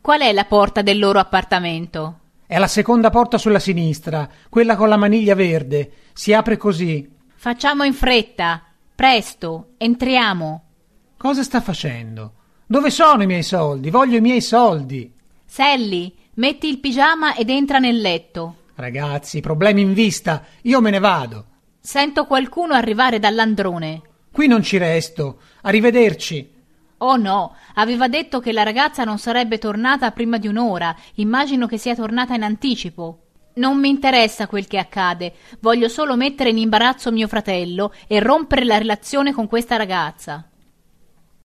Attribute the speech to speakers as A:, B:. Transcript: A: Qual è la porta del loro appartamento?
B: È la seconda porta sulla sinistra, quella con la maniglia verde. Si apre così.
A: Facciamo in fretta. Presto, entriamo.
B: Cosa sta facendo? Dove sono i miei soldi? Voglio i miei soldi.
A: Sally, metti il pigiama ed entra nel letto.
B: Ragazzi, problemi in vista. Io me ne vado.
A: Sento qualcuno arrivare dall'androne.
B: Qui non ci resto. Arrivederci.
A: Oh no, aveva detto che la ragazza non sarebbe tornata prima di un'ora. Immagino che sia tornata in anticipo. Non mi interessa quel che accade. Voglio solo mettere in imbarazzo mio fratello e rompere la relazione con questa ragazza.